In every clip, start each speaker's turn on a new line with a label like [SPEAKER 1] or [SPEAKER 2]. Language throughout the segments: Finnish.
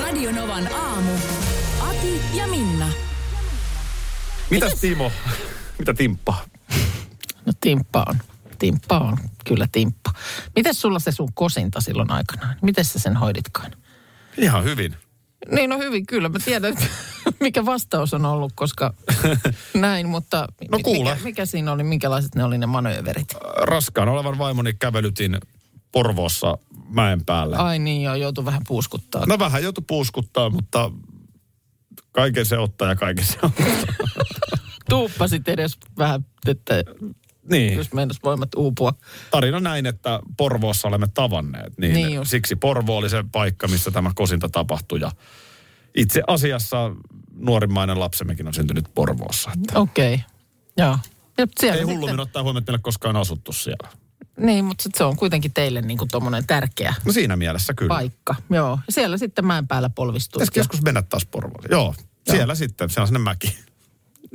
[SPEAKER 1] Radionovan aamu. Ati ja Minna.
[SPEAKER 2] Mitäs Timo? Mitä Timppa?
[SPEAKER 3] No timppa on. Timppa on, kyllä timppa. Miten sulla se sun kosinta silloin aikanaan? Miten sä sen hoiditkaan?
[SPEAKER 2] Ihan hyvin.
[SPEAKER 3] Niin no hyvin, kyllä. Mä tiedän, että mikä vastaus on ollut, koska näin, mutta mi-
[SPEAKER 2] No kuule.
[SPEAKER 3] mikä, mikä siinä oli, minkälaiset ne oli ne manööverit?
[SPEAKER 2] Raskaan olevan vaimoni kävelytin Porvoossa mäen päälle.
[SPEAKER 3] Ai niin joo, joutui vähän puuskuttaa. No.
[SPEAKER 2] No vähän joutui puuskuttaa, mutta kaiken se ottaa ja kaiken se ottaa.
[SPEAKER 3] Tuuppasit edes vähän, että
[SPEAKER 2] niin.
[SPEAKER 3] jos meinas voimat uupua.
[SPEAKER 2] Tarina näin, että Porvoossa olemme tavanneet. Niin,
[SPEAKER 3] Niin
[SPEAKER 2] niin
[SPEAKER 3] just.
[SPEAKER 2] siksi Porvo oli se paikka, missä tämä kosinta tapahtui. Ja itse asiassa nuorimmainen lapsemmekin on syntynyt Porvoossa. Että
[SPEAKER 3] Okei, okay. joo. Ja siellä
[SPEAKER 2] ei
[SPEAKER 3] sitten-
[SPEAKER 2] hullummin ottaa huomioon, että meillä ei ole koskaan asuttu siellä.
[SPEAKER 3] Niin, mutta sit se on kuitenkin teille niin kuin tommonen tärkeä
[SPEAKER 2] No siinä mielessä kyllä.
[SPEAKER 3] paikka. Joo, ja siellä sitten mäen päällä polvistuu.
[SPEAKER 2] Pitäisikö joskus mennä taas Porvoolle? Joo, siellä sitten. Se on sinne mäki,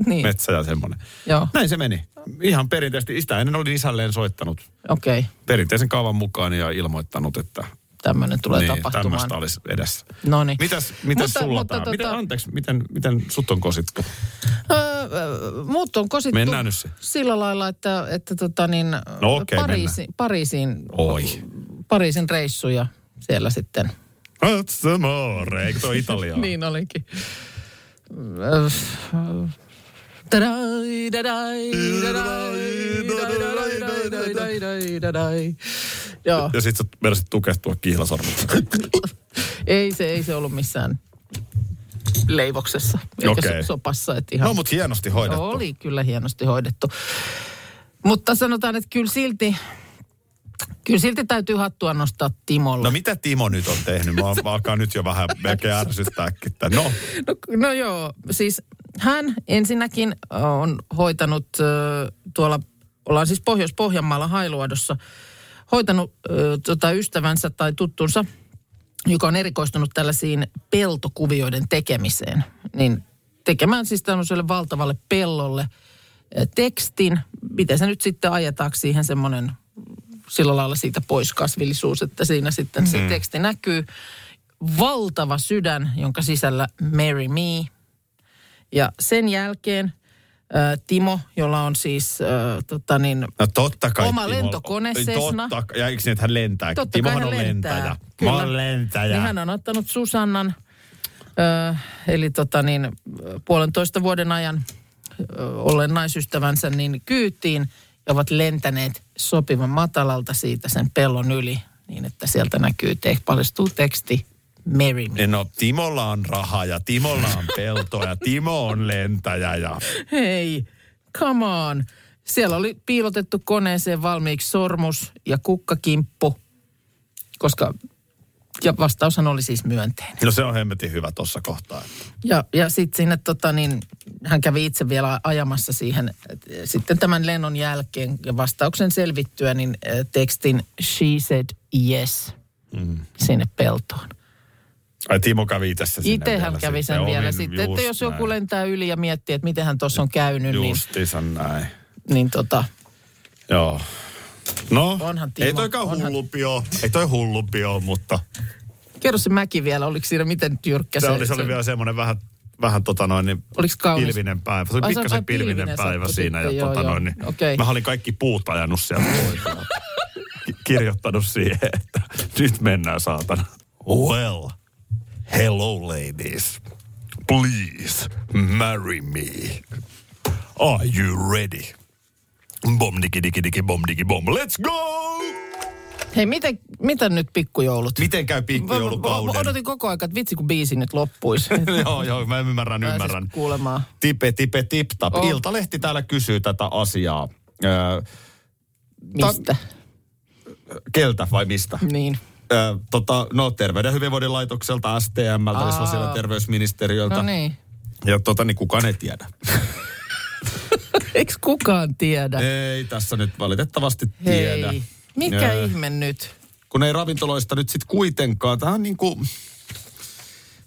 [SPEAKER 3] Niin,
[SPEAKER 2] metsä ja semmoinen.
[SPEAKER 3] joo,
[SPEAKER 2] Näin se meni. Ihan perinteisesti. Sitä ennen olin isälleen soittanut
[SPEAKER 3] okei. Okay.
[SPEAKER 2] perinteisen kaavan mukaan ja ilmoittanut, että
[SPEAKER 3] Tämmöinen tulee
[SPEAKER 2] niin,
[SPEAKER 3] tapahtumaan.
[SPEAKER 2] tämmöistä olisi edessä.
[SPEAKER 3] No niin.
[SPEAKER 2] Mitäs, mitäs mutta, sulla mutta, tota... miten, anteeksi, miten, miten sut on kosittu?
[SPEAKER 3] Öö, öö, muut on kosittu
[SPEAKER 2] Mennään nyt se.
[SPEAKER 3] sillä lailla, että, että tota niin,
[SPEAKER 2] No okei,
[SPEAKER 3] Pariisi, Pariisiin,
[SPEAKER 2] Oi.
[SPEAKER 3] Pariisin reissuja siellä sitten.
[SPEAKER 2] That's the more. Eikö toi Italiaa?
[SPEAKER 3] Niin olikin. Öö, tadai, dadai, dadai, dadai, dadai, dadai, dadai, dadai. Joo,
[SPEAKER 2] Ja sit sä mersit tukehtua kihlasormiksi.
[SPEAKER 3] ei se, ei se ollut missään leivoksessa, eikä
[SPEAKER 2] Okei.
[SPEAKER 3] okay. sopassa. Että ihan
[SPEAKER 2] no mut hienosti hoidettu.
[SPEAKER 3] Oli kyllä hienosti hoidettu. Mutta sanotaan, että kyllä silti, kyllä silti täytyy hattua nostaa Timolle.
[SPEAKER 2] No mitä Timo nyt on tehnyt? Mä, mä alkaa nyt jo vähän melkein ärsyttääkin. tää. No,
[SPEAKER 3] No, no joo, siis hän ensinnäkin on hoitanut ö, tuolla, ollaan siis Pohjois-Pohjanmaalla Hailuodossa, hoitanut ö, tota ystävänsä tai tuttunsa, joka on erikoistunut tällaisiin peltokuvioiden tekemiseen. Niin tekemään siis tämmöiselle valtavalle pellolle ö, tekstin, miten se nyt sitten ajetaanko siihen semmoinen sillä lailla siitä pois kasvillisuus, että siinä sitten se teksti näkyy valtava sydän, jonka sisällä Marry Me. Ja sen jälkeen äh, Timo, jolla on siis äh, tota niin,
[SPEAKER 2] no totta kai.
[SPEAKER 3] Oma
[SPEAKER 2] Timo-
[SPEAKER 3] lentokone Cessna.
[SPEAKER 2] Totta kai. Ja eikö niin, että hän lentää?
[SPEAKER 3] totta
[SPEAKER 2] Timohan
[SPEAKER 3] kai hän
[SPEAKER 2] on
[SPEAKER 3] lentää.
[SPEAKER 2] lentäjä.
[SPEAKER 3] Kyllä.
[SPEAKER 2] Mä oon lentäjä.
[SPEAKER 3] Niin hän on ottanut Susannan, äh, eli tota niin, äh, puolentoista vuoden ajan äh, olleen naisystävänsä niin kyytiin ja ovat lentäneet sopivan matalalta siitä sen pellon yli, niin että sieltä näkyy, te- paljastuu teksti Marry Me.
[SPEAKER 2] No Timolla on rahaa ja Timolla on peltoa ja Timo on lentäjä ja
[SPEAKER 3] Hei, come on. Siellä oli piilotettu koneeseen valmiiksi sormus ja kukkakimppu, koska ja vastaushan oli siis myönteinen.
[SPEAKER 2] no se on hemmetin hyvä tuossa kohtaa.
[SPEAKER 3] Ja, ja sitten sinne tota, niin, hän kävi itse vielä ajamassa siihen et, sitten tämän lennon jälkeen ja vastauksen selvittyä, niin eh, tekstin She said yes mm. sinne peltoon.
[SPEAKER 2] Ai Timo kävi itse sen sinne
[SPEAKER 3] Itse hän
[SPEAKER 2] vielä
[SPEAKER 3] kävi sen
[SPEAKER 2] sitten.
[SPEAKER 3] vielä
[SPEAKER 2] Omin
[SPEAKER 3] sitten,
[SPEAKER 2] just
[SPEAKER 3] että jos joku
[SPEAKER 2] näin.
[SPEAKER 3] lentää yli ja miettii, että miten hän tuossa on käynyt, niin,
[SPEAKER 2] Justiinsa näin.
[SPEAKER 3] niin tota,
[SPEAKER 2] Joo. No,
[SPEAKER 3] Onhan Timo-
[SPEAKER 2] ei toikaan
[SPEAKER 3] onhan-
[SPEAKER 2] hullumpi ole. Ei toi hullumpi ole, mutta
[SPEAKER 3] kerro se mäki vielä, oliko siinä miten jyrkkä
[SPEAKER 2] se, oli, se oli vielä semmoinen vähän, vähän tota noin, niin
[SPEAKER 3] Oliko kaunis?
[SPEAKER 2] pilvinen päivä. Se oli
[SPEAKER 3] Ai, se on- ai,
[SPEAKER 2] pikkasen
[SPEAKER 3] pilvinen
[SPEAKER 2] pilvinen,
[SPEAKER 3] sattui
[SPEAKER 2] päivä siinä.
[SPEAKER 3] sitten,
[SPEAKER 2] Ja
[SPEAKER 3] joo,
[SPEAKER 2] tota
[SPEAKER 3] joo.
[SPEAKER 2] noin, niin,
[SPEAKER 3] Okei.
[SPEAKER 2] Mä olin kaikki puut ajanut sieltä pois. ja ki- kirjoittanut siihen, että nyt mennään saatana. Well, hello ladies. Please marry me. Are you ready? Bom digi digi digi bom digi bom. Let's go!
[SPEAKER 3] Hei, miten, miten nyt pikkujoulut?
[SPEAKER 2] Miten käy pikkujoulukauden?
[SPEAKER 3] Odotin koko ajan, että vitsi kun biisi nyt loppuisi.
[SPEAKER 2] joo, joo, mä ymmärrän, ymmärrän.
[SPEAKER 3] Pääsis kuulemaan.
[SPEAKER 2] Tipe, tipe, tip, tap.
[SPEAKER 3] Oh.
[SPEAKER 2] Iltalehti täällä kysyy tätä asiaa. Öö,
[SPEAKER 3] Mistä?
[SPEAKER 2] keltä vai mistä?
[SPEAKER 3] Niin.
[SPEAKER 2] Ö, tota, no, terveyden ja hyvinvoinnin laitokselta, STMltä, eli
[SPEAKER 3] Aa.
[SPEAKER 2] sosiaali- ja terveysministeriöltä.
[SPEAKER 3] No niin.
[SPEAKER 2] Ja tota, niin kukaan ei tiedä.
[SPEAKER 3] Eikö kukaan tiedä?
[SPEAKER 2] ei tässä nyt valitettavasti
[SPEAKER 3] Hei.
[SPEAKER 2] tiedä.
[SPEAKER 3] Mikä
[SPEAKER 2] Ö,
[SPEAKER 3] ihme nyt?
[SPEAKER 2] Kun ei ravintoloista nyt sitten kuitenkaan, tämä on niin kuin...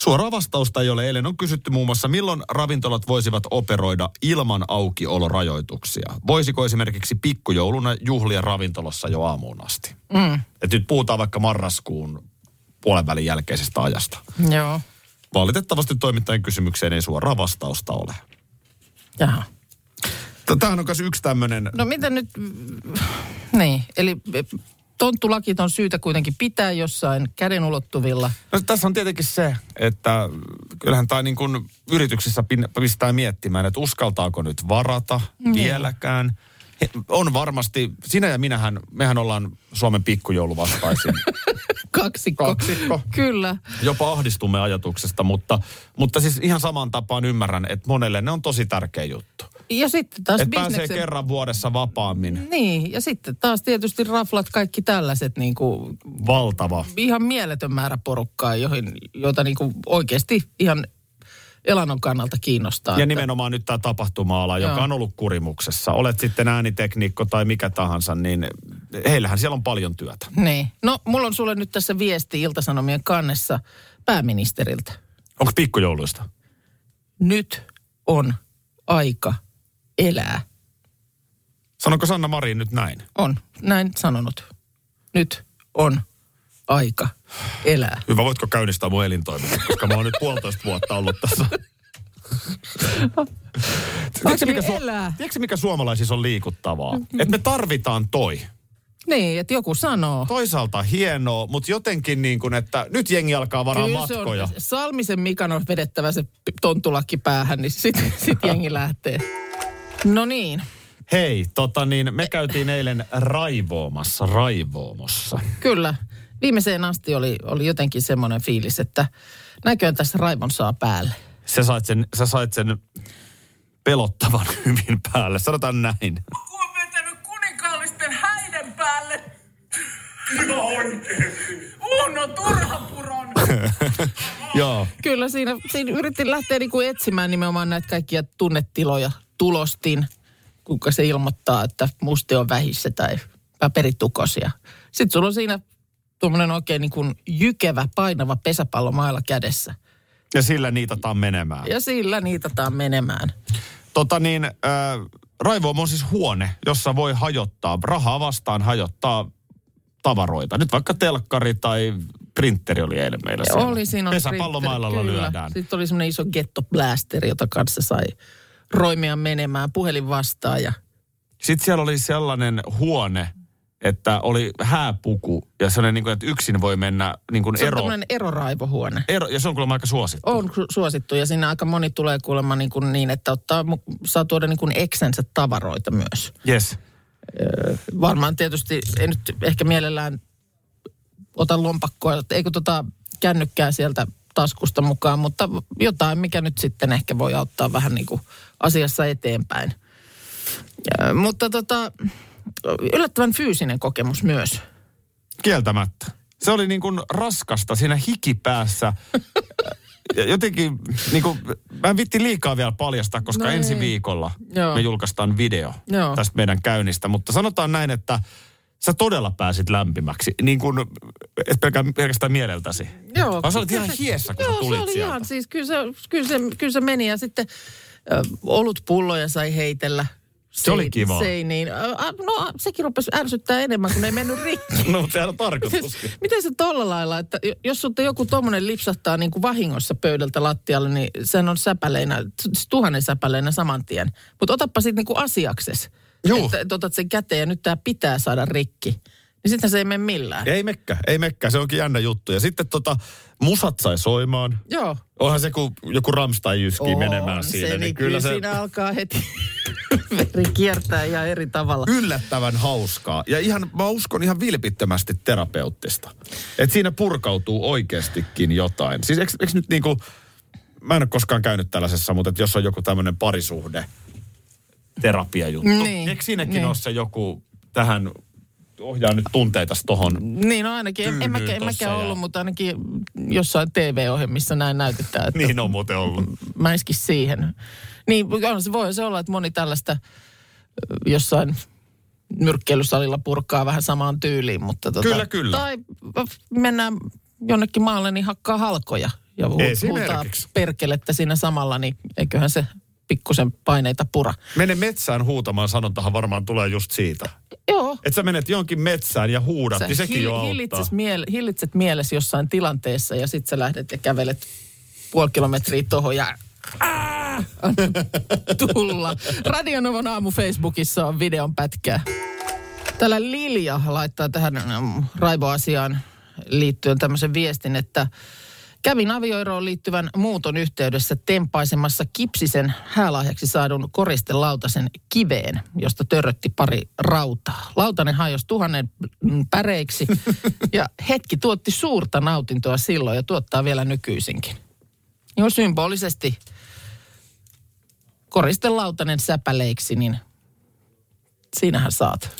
[SPEAKER 2] Suoraa vastausta ei ole. Eilen on kysytty muun muassa, milloin ravintolat voisivat operoida ilman aukiolorajoituksia. Voisiko esimerkiksi pikkujouluna juhlia ravintolassa jo aamuun asti? Mm. Et nyt puhutaan vaikka marraskuun puolen välin jälkeisestä ajasta.
[SPEAKER 3] Joo.
[SPEAKER 2] Valitettavasti toimittajan kysymykseen ei suoraa vastausta ole.
[SPEAKER 3] Jaha.
[SPEAKER 2] Tämähän on myös yksi tämmöinen
[SPEAKER 3] No mitä nyt, niin, eli tonttulakit on syytä kuitenkin pitää jossain käden ulottuvilla.
[SPEAKER 2] No tässä on tietenkin se, että kyllähän tämä niin kuin yrityksissä pin- pistää miettimään, että uskaltaako nyt varata
[SPEAKER 3] Niin.
[SPEAKER 2] mm. vieläkään. He- On varmasti, sinä ja minähän, mehän ollaan Suomen pikkujouluvastaisin.
[SPEAKER 3] Kaksikko.
[SPEAKER 2] Kaksikko.
[SPEAKER 3] Kyllä.
[SPEAKER 2] Jopa ahdistumme ajatuksesta, mutta, mutta siis ihan saman tapaan ymmärrän, että monelle ne on tosi tärkeä juttu.
[SPEAKER 3] Ja sitten taas
[SPEAKER 2] Että pääsee
[SPEAKER 3] bisneksen...
[SPEAKER 2] kerran vuodessa vapaammin.
[SPEAKER 3] Niin, ja sitten taas tietysti raflat, kaikki tällaiset niin kuin,
[SPEAKER 2] Valtava.
[SPEAKER 3] ihan mieletön määrä porukkaa, joihin, joita niin kuin oikeasti ihan elannon kannalta kiinnostaa.
[SPEAKER 2] Ja
[SPEAKER 3] että-
[SPEAKER 2] nimenomaan nyt tämä tapahtuma-ala, joka
[SPEAKER 3] Joo.
[SPEAKER 2] on ollut kurimuksessa. Olet sitten äänitekniikko tai mikä tahansa, niin heillähän siellä on paljon työtä.
[SPEAKER 3] Niin. No, mulla on sulle nyt tässä viesti Iltasanomien kannessa pääministeriltä.
[SPEAKER 2] Onko pikkujouluista?
[SPEAKER 3] Nyt on aika elää.
[SPEAKER 2] Sanoko Sanna Marin nyt näin?
[SPEAKER 3] On, näin sanonut. Nyt on aika elää.
[SPEAKER 2] Hyvä, voitko käynnistää mun elintoiminnan, koska mä oon nyt puolitoista vuotta ollut tässä. tiedätkö, mikä
[SPEAKER 3] vielä elää? Mm-hmm.
[SPEAKER 2] tiedätkö, mikä suomalaisissa on liikuttavaa? Että me tarvitaan toi.
[SPEAKER 3] Niin, että joku sanoo.
[SPEAKER 2] Toisaalta hienoa, mutta jotenkin niin kuin, että nyt jengi alkaa varaa
[SPEAKER 3] Kyllä se
[SPEAKER 2] matkoja.
[SPEAKER 3] on, Salmisen Mikan on vedettävä se p- tonttulakki päähän, niin sitten sit jengi lähtee. No niin,
[SPEAKER 2] Hei, tota niin, me käytiin eilen raivoomassa, raivoomossa.
[SPEAKER 3] kyllä. Viimeiseen asti oli, oli jotenkin semmoinen fiilis, että näköjään tässä raivon saa päälle.
[SPEAKER 2] Sä sait sen, sä sait sen pelottavan hyvin päälle, sanotaan näin.
[SPEAKER 4] Joku on vetänyt kuninkaallisten häiden päälle. Ihan oikeesti. Uno Turhapuron.
[SPEAKER 2] Joo.
[SPEAKER 3] Kyllä siinä, siinä yritin lähteä niinku etsimään nimenomaan näitä kaikkia tunnetiloja. Tulostin, kuinka se ilmoittaa, että muste on vähissä tai paperitukosia. Sitten sulla on siinä tuommoinen oikein niinku jykevä, painava pesäpallo mailla kädessä.
[SPEAKER 2] Ja sillä niitataan menemään.
[SPEAKER 3] Ja sillä niitataan menemään.
[SPEAKER 2] Tota niin, äh, Raivoamo on siis huone, jossa voi hajottaa, rahaa vastaan hajottaa tavaroita. Nyt vaikka telkkari tai printeri oli eilen meillä
[SPEAKER 3] Ja
[SPEAKER 2] siellä.
[SPEAKER 3] oli siinä on
[SPEAKER 2] Pesäpallomailalla
[SPEAKER 3] printteri, kyllä.
[SPEAKER 2] lyödään.
[SPEAKER 3] Sitten oli semmoinen iso gettoblaster, jota kanssa sai roimia menemään, puhelin vastaan ja
[SPEAKER 2] Sitten siellä oli sellainen huone, että oli hääpuku ja sellainen, niin kuin, että yksin voi mennä niin kuin
[SPEAKER 3] se on
[SPEAKER 2] ero,
[SPEAKER 3] tämmöinen eroraivohuone.
[SPEAKER 2] ero. Ja se on kuulemma aika suosittu.
[SPEAKER 3] On su- suosittu ja siinä aika moni tulee kuulemma niin, kuin niin että ottaa, mu- saa tuoda niin kuin eksensä tavaroita myös.
[SPEAKER 2] Yes.
[SPEAKER 3] Varmaan tietysti, ei nyt ehkä mielellään ota lompakkoa, eikö tota kännykkää sieltä taskusta mukaan, mutta jotain, mikä nyt sitten ehkä voi auttaa vähän niin kuin asiassa eteenpäin. Ja, mutta tota, yllättävän fyysinen kokemus myös.
[SPEAKER 2] Kieltämättä. Se oli niin kuin raskasta siinä hikipäässä. Ja Jotenkin, niin kuin, mä en vitti liikaa vielä paljastaa, koska no
[SPEAKER 3] No
[SPEAKER 2] ensi
[SPEAKER 3] ei.
[SPEAKER 2] viikolla Joo.
[SPEAKER 3] Joo.
[SPEAKER 2] me julkaistaan video Joo.
[SPEAKER 3] Joo.
[SPEAKER 2] tästä meidän käynnistä. Mutta sanotaan näin, että sä todella pääsit lämpimäksi. Niin kuin, et pelkä, pelkästään mieleltäsi.
[SPEAKER 3] Joo.
[SPEAKER 2] Vaan sä olit
[SPEAKER 3] kyllä
[SPEAKER 2] ihan
[SPEAKER 3] se-
[SPEAKER 2] hiessä, kun
[SPEAKER 3] Joo,
[SPEAKER 2] sä tulit
[SPEAKER 3] se oli
[SPEAKER 2] sieltä.
[SPEAKER 3] ihan, siis kyllä se, kyllä se, kyllä se meni ja sitten ö, olutpulloja sai heitellä.
[SPEAKER 2] Se oli kivaa.
[SPEAKER 3] Seiniin. Ö, a- No a- sekin rupesi ärsyttää enemmän, kun ei mennyt rikki.
[SPEAKER 2] No, mutta sehän on tarkoitus.
[SPEAKER 3] Miten se tolla lailla, että jo- jos sulta joku tommonen lipsahtaa niin kuin vahingossa pöydältä lattialle, niin sen on säpäleinä, s- tuhannen säpäleinä saman tien. Mutta otappa sitten niin kuin asiakses,
[SPEAKER 2] Juu.
[SPEAKER 3] että, että otat sen käteen ja nyt tämä pitää saada rikki. Niin sitten se ei mene millään.
[SPEAKER 2] ei mekkä, ei mekkä. Se onkin jännä juttu. Ja sitten tota, musat sai soimaan.
[SPEAKER 3] Joo.
[SPEAKER 2] Onhan se, kun joku Ramstein jyskii menemään
[SPEAKER 3] On
[SPEAKER 2] siinä.
[SPEAKER 3] Se, niin kyllä se... siinä alkaa heti veri kiertää ihan eri tavalla.
[SPEAKER 2] yllättävän hauskaa. Ja ihan, mä uskon ihan vilpittömästi terapeuttista. Et siinä purkautuu oikeastikin jotain. Siis eks, eks nyt niinku, mä en ole koskaan käynyt tällaisessa, mutta et jos on joku tämmöinen parisuhde terapiajuttu.
[SPEAKER 3] Niin,
[SPEAKER 2] Eikö siinäkin
[SPEAKER 3] niin.
[SPEAKER 2] ole se joku tähän ohjaa nyt tunteita tohon.
[SPEAKER 3] Niin, no ainakin. En, en, mä, en
[SPEAKER 2] Tyydyin tossa
[SPEAKER 3] mäkään
[SPEAKER 2] ja-
[SPEAKER 3] ollut, mutta ainakin jossain TV-ohjelmissa näin näytetään. Että
[SPEAKER 2] Niin on muuten ollut.
[SPEAKER 3] Mä iskin siihen. Niin, on se, voi se olla, että moni tällaista ö, jossain nyrkkeilysalilla purkaa vähän samaan tyyliin, mutta tota,
[SPEAKER 2] Kyllä, kyllä.
[SPEAKER 3] Tai ö, mennään jonnekin maalle, niin hakkaa halkoja ja hu- huutaa
[SPEAKER 2] Esimerkiksi.
[SPEAKER 3] perkelettä siinä samalla, niin eiköhän se pikkusen paineita pura.
[SPEAKER 2] Mene metsään huutamaan sanontahan varmaan tulee just siitä.
[SPEAKER 3] Joo,
[SPEAKER 2] Että sä menet johonkin metsään ja huudat, niin sekin jo auttaa.
[SPEAKER 3] hillitset, miele, hillitset mielesi jossain tilanteessa ja sitten sä lähdet ja kävelet puoli kilometriä tohon ja Ää! Anna tulla. Radionovan aamu Facebookissa on videon pätkää. Täällä Lilja laittaa tähän mm, raivoasiaan liittyen tämmöisen viestin, että kävin avioeroon liittyvän muuton yhteydessä tempaisemassa kipsisen häälahjaksi saadun koristelautasen kiveen, josta törrötti pari rautaa. Lautanen hajosi tuhannen mm, päreiksi ja hetki tuotti suurta nautintoa silloin ja tuottaa vielä nykyisinkin. Joo, symbolisesti koristelautanen säpäleiksi, niin siinähän saat.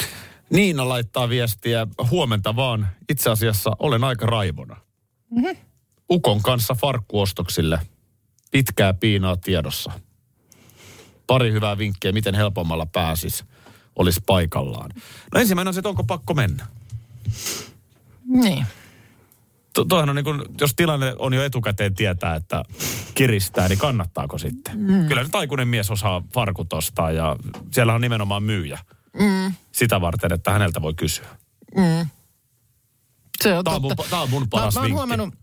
[SPEAKER 2] Niina laittaa viestiä, huomenta vaan, itse asiassa olen aika raivona. Mm-hmm. Ukon kanssa farkkuostoksille. Pitkää piinaa tiedossa. Pari hyvää vinkkiä, miten helpommalla pääsis, olisi paikallaan. No ensimmäinen on se, että onko pakko mennä.
[SPEAKER 3] Niin.
[SPEAKER 2] To- toihan on niin kuin, jos tilanne on jo etukäteen tietää, että kiristää, niin kannattaako sitten? Mm. Kyllä nyt aikuinen mies osaa farkut ostaa ja siellä on nimenomaan myyjä. Mm. Sitä varten, että häneltä voi kysyä.
[SPEAKER 3] Se on
[SPEAKER 2] Tää on mun-
[SPEAKER 3] totta.
[SPEAKER 2] tää on mun paras
[SPEAKER 3] mä, mä oon
[SPEAKER 2] vinkki.
[SPEAKER 3] huomannut,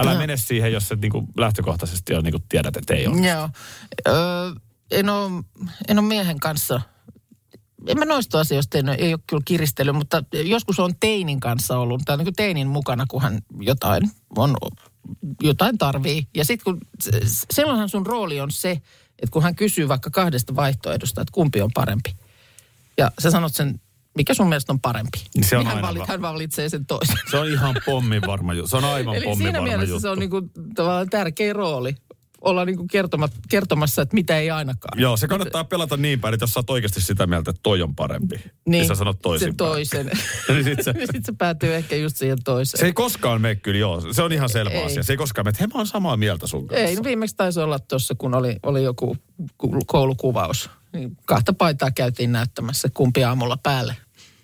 [SPEAKER 2] Älä
[SPEAKER 3] Joo.
[SPEAKER 2] mene siihen, jos et niinku lähtökohtaisesti on niinku tiedät, että ei ole.
[SPEAKER 3] joo, öö, en, oo, en oo miehen kanssa. En mä noista asioista tehnyt, ei ole kyllä kiristely, mutta joskus on teinin kanssa ollut, tai niin teinin mukana, kun hän jotain, on, jotain tarvii. Ja sitten kun, s- s- silloinhan sun rooli on se, että kun hän kysyy vaikka kahdesta vaihtoehdosta, että kumpi on parempi. Ja sä sanot sen, mikä sun mielestä on parempi.
[SPEAKER 2] Niin se on
[SPEAKER 3] hän,
[SPEAKER 2] aina va-
[SPEAKER 3] hän valitsee sen toisen.
[SPEAKER 2] Se on ihan pommin varma juttu. Se on aivan
[SPEAKER 3] Eli
[SPEAKER 2] pommin
[SPEAKER 3] siinä
[SPEAKER 2] varma
[SPEAKER 3] mielessä
[SPEAKER 2] juttu.
[SPEAKER 3] se on niinku tavallaan tärkeä rooli olla niinku kertoma, kertomassa, että mitä ei ainakaan.
[SPEAKER 2] Joo, se kannattaa pelata niin päin, että jos sä oot oikeasti sitä mieltä, että toi on parempi, niin, niin sä sanot toisin
[SPEAKER 3] Sen toisen.
[SPEAKER 2] Niin sit se-
[SPEAKER 3] Niin sit se päätyy ehkä just siihen toiseen.
[SPEAKER 2] Se ei koskaan mene kyllä, joo. Se on ihan selvä
[SPEAKER 3] Ei.
[SPEAKER 2] asia. Se ei koskaan mene, että hei, mä oon samaa mieltä sun kanssa.
[SPEAKER 3] ei, no viimeksi taisi olla tuossa, kun oli, oli joku ku- koulukuvaus. Niin kahta paitaa käytiin näyttämässä, kumpi aamulla päälle.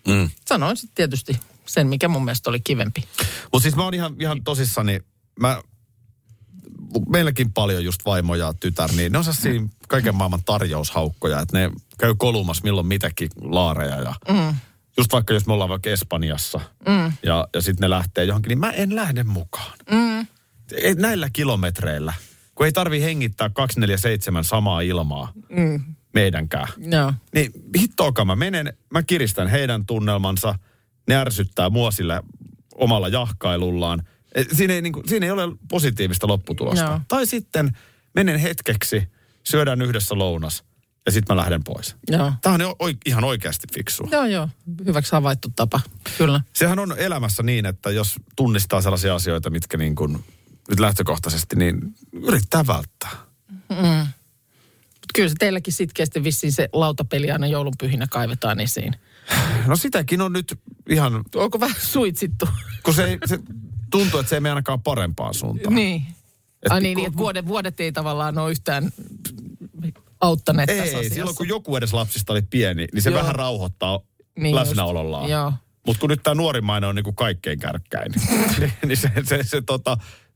[SPEAKER 3] Mm. Sanoin sitten tietysti sen, mikä mun mielestä oli kivempi.
[SPEAKER 2] Mutta siis mä oon ihan, ihan tosissani, mä, meilläkin paljon just vaimoja ja tytär, niin ne on siinä kaiken maailman tarjoushaukkoja, että ne käy kolumassa milloin mitäkin laareja ja mm. just vaikka jos me ollaan vaikka Espanjassa mm. ja, ja sitten ne lähtee johonkin, niin mä en lähde mukaan. Mm. Näillä kilometreillä, kun ei tarvi hengittää 247 samaa ilmaa mm. meidänkään.
[SPEAKER 3] Joo.
[SPEAKER 2] Niin hittoakaan mä menen, mä kiristän heidän tunnelmansa, ne ärsyttää mua sillä omalla jahkailullaan. E, Siinä ei, niin kuin, siinä ei ole positiivista lopputulosta.
[SPEAKER 3] Joo.
[SPEAKER 2] Tai sitten menen hetkeksi, syödään yhdessä lounas ja sitten mä lähden pois.
[SPEAKER 3] Joo.
[SPEAKER 2] Tämä on jo- oi- ihan oikeasti fiksua.
[SPEAKER 3] Joo, joo. Hyväksi havaittu tapa. Kyllä.
[SPEAKER 2] Sehän on elämässä niin, että jos tunnistaa sellaisia asioita, mitkä niin kuin, nyt lähtökohtaisesti, niin yrittää välttää.
[SPEAKER 3] Mut kyllä se teilläkin sitkeästi vissiin se lautapeli aina joulunpyhinä kaivetaan esiin.
[SPEAKER 2] No sitäkin on nyt ihan,
[SPEAKER 3] Onko vähän suitsittu?
[SPEAKER 2] kun se, ei, se tuntuu, että se ei mene ainakaan parempaan suuntaan.
[SPEAKER 3] niin.
[SPEAKER 2] Et niinku-
[SPEAKER 3] Ai niin,
[SPEAKER 2] kun-
[SPEAKER 3] niin, että vuodet, vuodet ei tavallaan ole yhtään auttaneet
[SPEAKER 2] Ei,
[SPEAKER 3] tässä asiassa.
[SPEAKER 2] silloin kun joku edes lapsista oli pieni, niin se
[SPEAKER 3] Joo.
[SPEAKER 2] vähän rauhoittaa
[SPEAKER 3] Niin
[SPEAKER 2] niin
[SPEAKER 3] just.
[SPEAKER 2] läsnäolollaan.
[SPEAKER 3] Joo.
[SPEAKER 2] Mutta kun nyt tämä nuorimmainen on niinku kaikkein kärkkäin, niin- niin se, se, se, tota,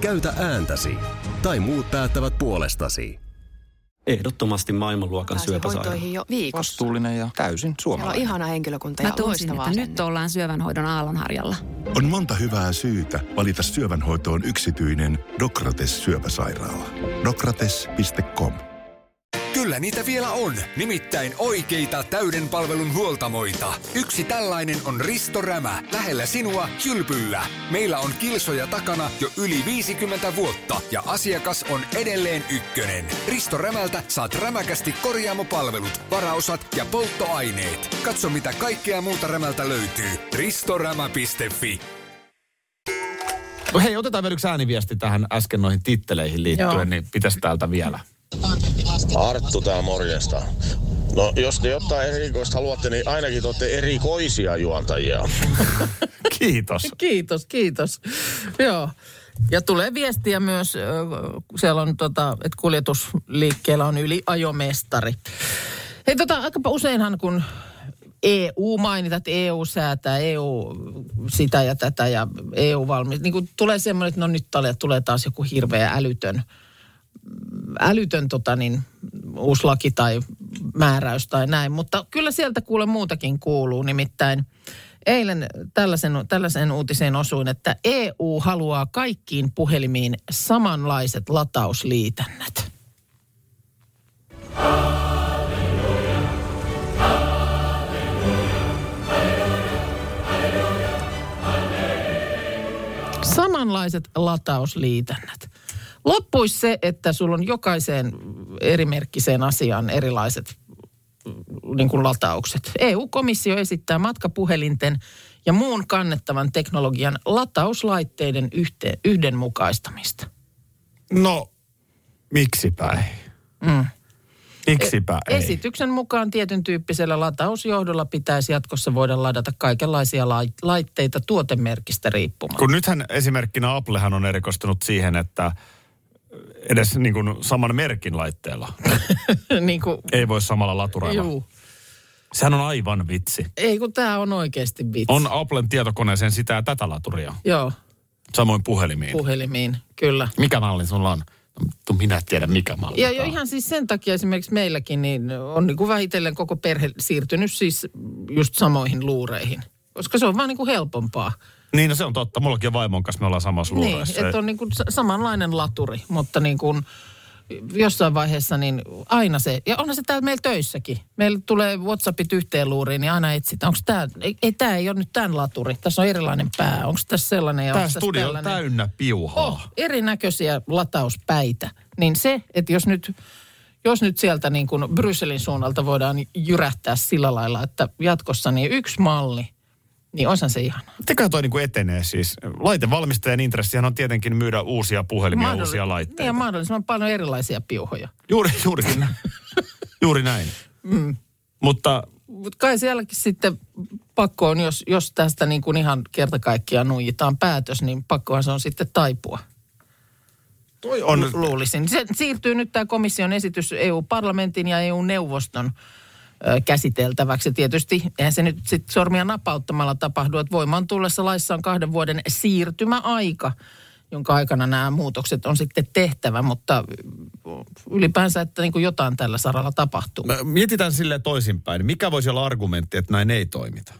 [SPEAKER 5] Käytä ääntäsi. Tai muut päättävät puolestasi.
[SPEAKER 6] Ehdottomasti maailmanluokan syöpäsairaala.
[SPEAKER 7] hoitoihin jo viikossa.
[SPEAKER 8] Vastuullinen ja täysin
[SPEAKER 7] Siellä on
[SPEAKER 8] suomalainen.
[SPEAKER 7] ihana henkilökunta ja
[SPEAKER 9] Mä toisin,
[SPEAKER 7] loistavaa
[SPEAKER 9] että
[SPEAKER 7] asennetta.
[SPEAKER 9] nyt ollaan syövänhoidon aallonharjalla.
[SPEAKER 10] On monta hyvää syytä valita syövänhoitoon yksityinen Dokrates syöpäsairaala. Dokrates.com
[SPEAKER 7] Kyllä niitä vielä on, nimittäin oikeita täyden palvelun huoltamoita. Yksi tällainen on Risto Rämä, lähellä sinua, kylpyllä. Meillä on kilsoja takana jo yli 50 vuotta ja asiakas on edelleen ykkönen. Risto Rämältä saat rämäkästi korjaamopalvelut, varaosat ja polttoaineet. Katso mitä kaikkea muuta Rämältä löytyy. ristorämä.fi
[SPEAKER 2] No hei, otetaan vielä yksi ääniviesti tähän äsken noihin titteleihin liittyen,
[SPEAKER 3] Joo.
[SPEAKER 2] niin pitäisi täältä vielä.
[SPEAKER 8] Arttu täällä morjesta. No jos te jotain erikoista haluatte, niin ainakin te olette erikoisia juontajia.
[SPEAKER 2] Kiitos.
[SPEAKER 3] Kiitos, kiitos. Joo. Ja tulee viestiä myös, ö, siellä on tota, että kuljetusliikkeellä on yli ajomestari. Hei tota, aika useinhan kun E EU mainitat, EU E säätää, EU sitä ja tätä ja EU valmis. Niin kun tulee semmoinen, että no nyt tale- tulee taas joku hirveä älytön, älytön tota niin, uusi laki tai määräys tai näin. Mutta kyllä sieltä kuule muutakin kuuluu, nimittäin eilen tällaisen, tällaisen uutiseen osuin, että EU haluaa kaikkiin puhelimiin samanlaiset latausliitännät. Samanlaiset latausliitännät. Loppuisi se, että sulla on jokaiseen erimerkkiseen asiaan erilaiset mm, niin kuin lataukset. EU-komissio esittää matkapuhelinten ja muun kannettavan teknologian latauslaitteiden yhteen, yhdenmukaistamista.
[SPEAKER 2] No, miksipä ei?
[SPEAKER 3] Mm. E-
[SPEAKER 2] Miksipä ei?
[SPEAKER 3] Esityksen mukaan tietyn tyyppisellä latausjohdolla pitäisi jatkossa voida ladata kaikenlaisia lai- laitteita tuotemerkistä riippumatta.
[SPEAKER 2] Kun nythän esimerkkinä Applehan on erikoistunut siihen, että edes niin kuin saman merkin laitteella
[SPEAKER 3] niin kuin,
[SPEAKER 2] ei voi samalla laturalla.
[SPEAKER 3] juu.
[SPEAKER 2] Sehän on aivan vitsi.
[SPEAKER 3] Ei kun tämä on oikeasti vitsi.
[SPEAKER 2] On Applen tietokoneeseen sitä ja tätä laturia,
[SPEAKER 3] Joo,
[SPEAKER 2] samoin puhelimiin.
[SPEAKER 3] puhelimiin, kyllä.
[SPEAKER 2] mikä malli sulla on? No, vittu, minä tiedän mikä malli.
[SPEAKER 3] Ja
[SPEAKER 2] tää
[SPEAKER 3] jo
[SPEAKER 2] on.
[SPEAKER 3] ihan siis sen takia esimerkiksi meilläkin niin on niin kuin vähitellen koko perhe siirtynyt siis just samoihin luureihin. Koska se on vaan niin kuin helpompaa.
[SPEAKER 2] Niin, no se on totta. Mullakin on vaimon kanssa, me ollaan samassa luureissa.
[SPEAKER 3] Niin, että on niin kuin sa- samanlainen laturi, mutta niin kuin jossain vaiheessa niin aina se, ja onhan se täällä meillä töissäkin. Meillä tulee WhatsAppit yhteen luuriin, niin aina etsitään, onko tämä, ei, ei tämä ei ole nyt tämän laturi, tässä on erilainen pää, onko tässä sellainen ja
[SPEAKER 2] Tämä
[SPEAKER 3] onks tässä
[SPEAKER 2] studio on
[SPEAKER 3] tällainen.
[SPEAKER 2] täynnä piuhaa.
[SPEAKER 3] Oh, erinäköisiä latauspäitä. Niin se, että jos nyt, jos nyt sieltä niin kuin Brysselin suunnalta voidaan jyrähtää sillä lailla, että jatkossa niin yksi malli, niin osan se ihan.
[SPEAKER 2] Mitenköhän toi niinku etenee siis? Laitevalmistajan intressihän on tietenkin myydä uusia puhelimia,
[SPEAKER 3] Mahdollis-
[SPEAKER 2] uusia
[SPEAKER 3] Niin,
[SPEAKER 2] laitteita.
[SPEAKER 3] ja mahdollisimman paljon erilaisia piuhoja.
[SPEAKER 2] Juuri, juurikin näin. Juuri näin. Mm. Mutta
[SPEAKER 3] Mutta kai sielläkin sitten pakko on, jos, jos tästä niin kuin ihan kerta kaikkiaan nuijitaan päätös, niin pakkohan se on sitten taipua.
[SPEAKER 2] toi on...
[SPEAKER 3] Lu- luulisin. Se siirtyy nyt tämä komission esitys EU-parlamentin ja EU-neuvoston ö, käsiteltäväksi. Tietysti eihän se nyt sit sormia napauttamalla tapahdu, että voimaan tullessa laissa on kahden vuoden siirtymäaika, jonka aikana nämä muutokset on sitten tehtävä, mutta ylipäänsä, että niin kuin jotain tällä saralla tapahtuu.
[SPEAKER 2] Mä- Mietitään sille toisinpäin. Niin Mikä voisi olla argumentti, että näin ei toimita?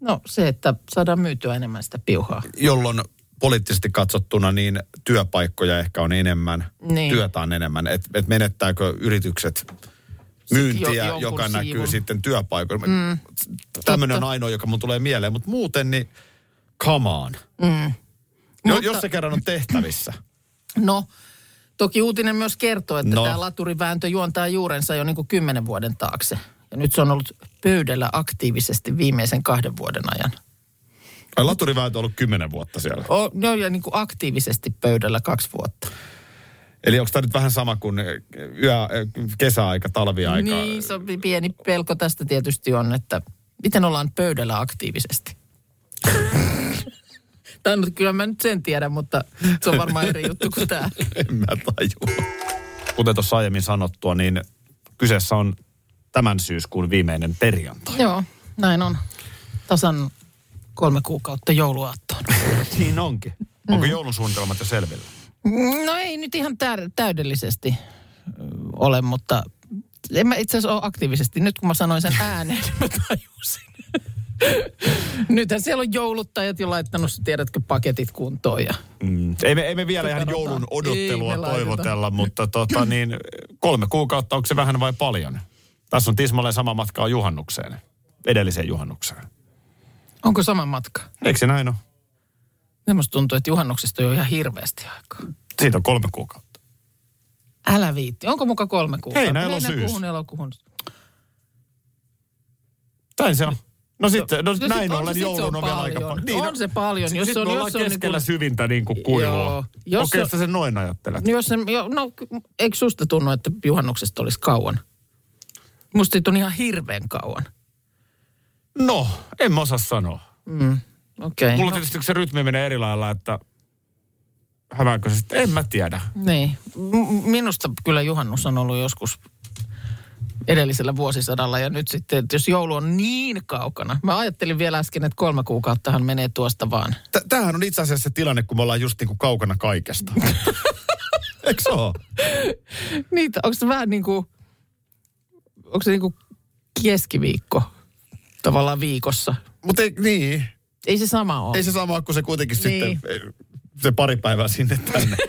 [SPEAKER 3] No se, että saadaan myytyä enemmän sitä piuhaa.
[SPEAKER 2] Jolloin poliittisesti katsottuna niin työpaikkoja ehkä on enemmän,
[SPEAKER 3] Niin.
[SPEAKER 2] työtä on enemmän. Että et menettääkö yritykset myyntiä,
[SPEAKER 3] jo- jonkun
[SPEAKER 2] joka näkyy
[SPEAKER 3] siivun.
[SPEAKER 2] sitten työpaikoilla. Mm, Tämmöinen on ainoa, joka mun tulee mieleen, mutta muuten niin come on. Mm. Jo,
[SPEAKER 3] Mutta-
[SPEAKER 2] Jos se kerran on tehtävissä.
[SPEAKER 3] No, toki uutinen myös kertoo, että
[SPEAKER 2] No.
[SPEAKER 3] no. tämä laturivääntö juontaa juurensa jo niin kuin kymmenen vuoden taakse. Ja nyt se on ollut pöydällä aktiivisesti viimeisen kahden vuoden ajan.
[SPEAKER 2] Ai laturiväytö on ollut kymmenen vuotta siellä.
[SPEAKER 3] O, ne on jo niin kuin aktiivisesti pöydällä kaksi vuotta.
[SPEAKER 2] Eli onko tämä nyt vähän sama kuin eh, yö, eh, kesäaika, talviaika?
[SPEAKER 3] Niin, se on pieni pelko tästä tietysti on, että miten ollaan pöydällä aktiivisesti. Tämä on, kyllä mä nyt sen tiedän, mutta se on varmaan eri juttu kuin tämä.
[SPEAKER 2] En mä tajua. Kuten tuossa aiemmin sanottua, niin kyseessä on tämän syyskuun viimeinen perjantai.
[SPEAKER 3] Joo, näin on. Tasan kolme kuukautta jouluaattoon.
[SPEAKER 2] Siinä Niin onkin. Onko joulun suunnitelmat jo selvillä?
[SPEAKER 3] No ei nyt ihan tär- täydellisesti ö, ole, mutta en mä itse asiassa ole aktiivisesti. Nyt kun mä sanoin sen ääneen, niin mä tajusin. Nythän siellä on jouluttajat jo laittanut, tiedätkö, paketit kuntoon ja
[SPEAKER 2] Mm. Ei, me, ei me vielä ihan
[SPEAKER 3] Katsotaan.
[SPEAKER 2] joulun
[SPEAKER 3] Ei
[SPEAKER 2] odottelua
[SPEAKER 3] me laiteta.
[SPEAKER 2] toivotella, mutta tota niin, Kolme kuukautta, onko se vähän vai paljon? Tässä on tismalleen sama matkaa juhannukseen, edelliseen juhannukseen.
[SPEAKER 3] Onko sama matka?
[SPEAKER 2] Eikö se näin ole?
[SPEAKER 3] Ja musta tuntuu, että juhannuksesta on ihan hirveästi aikaa.
[SPEAKER 2] Siitä on kolme kuukautta.
[SPEAKER 3] Älä viitti. Onko muka kolme kuukautta?
[SPEAKER 2] Heinä, elo, syys.
[SPEAKER 3] Heinäkuuhun, elokuuhun.
[SPEAKER 2] Tai se on. No sitten, no,
[SPEAKER 3] No sit
[SPEAKER 2] näin
[SPEAKER 3] on se-
[SPEAKER 2] ollen
[SPEAKER 3] sit se on
[SPEAKER 2] joulun on vielä aika
[SPEAKER 3] paljon.
[SPEAKER 2] paljon. Niin, no
[SPEAKER 3] On se paljon,
[SPEAKER 2] sit-
[SPEAKER 3] jos
[SPEAKER 2] sit
[SPEAKER 3] se on-
[SPEAKER 2] me
[SPEAKER 3] jos
[SPEAKER 2] ollaan
[SPEAKER 3] se on niinku-
[SPEAKER 2] keskellä syvintä niin kuin kuilua.
[SPEAKER 3] Joo.
[SPEAKER 2] Jos
[SPEAKER 3] Jos
[SPEAKER 2] Okei,
[SPEAKER 3] se-
[SPEAKER 2] jos sä sen noin ajattelet.
[SPEAKER 3] Jos se, jo, no, eikö susta tunnu, että juhannuksesta olisi kauan? Musta siitä on ihan hirveän kauan.
[SPEAKER 2] No, en mä osaa sanoa.
[SPEAKER 3] Okei.
[SPEAKER 2] Mulla
[SPEAKER 3] No,
[SPEAKER 2] tietysti se rytmi menee eri lailla, että hämääkö se sitten, en mä tiedä.
[SPEAKER 3] niin. M- Minusta kyllä juhannus on ollut joskus edellisellä vuosisadalla ja nyt sitten, että jos joulu on niin kaukana. Mä ajattelin vielä äsken, että kolme kuukauttahan menee tuosta vaan.
[SPEAKER 2] T- tämähän on itse asiassa se tilanne, kun me ollaan just niin kuin kaukana kaikesta. Eikö se ole?
[SPEAKER 3] Niitä, onko se vähän niin kuin, onko se niin kuin keskiviikko tavallaan viikossa?
[SPEAKER 2] Mutta ei, niin,
[SPEAKER 3] Ei se sama ole.
[SPEAKER 2] ei se sama ole, kun se kuitenkin
[SPEAKER 3] Niin.
[SPEAKER 2] sitten se pari päivää sinne tänne.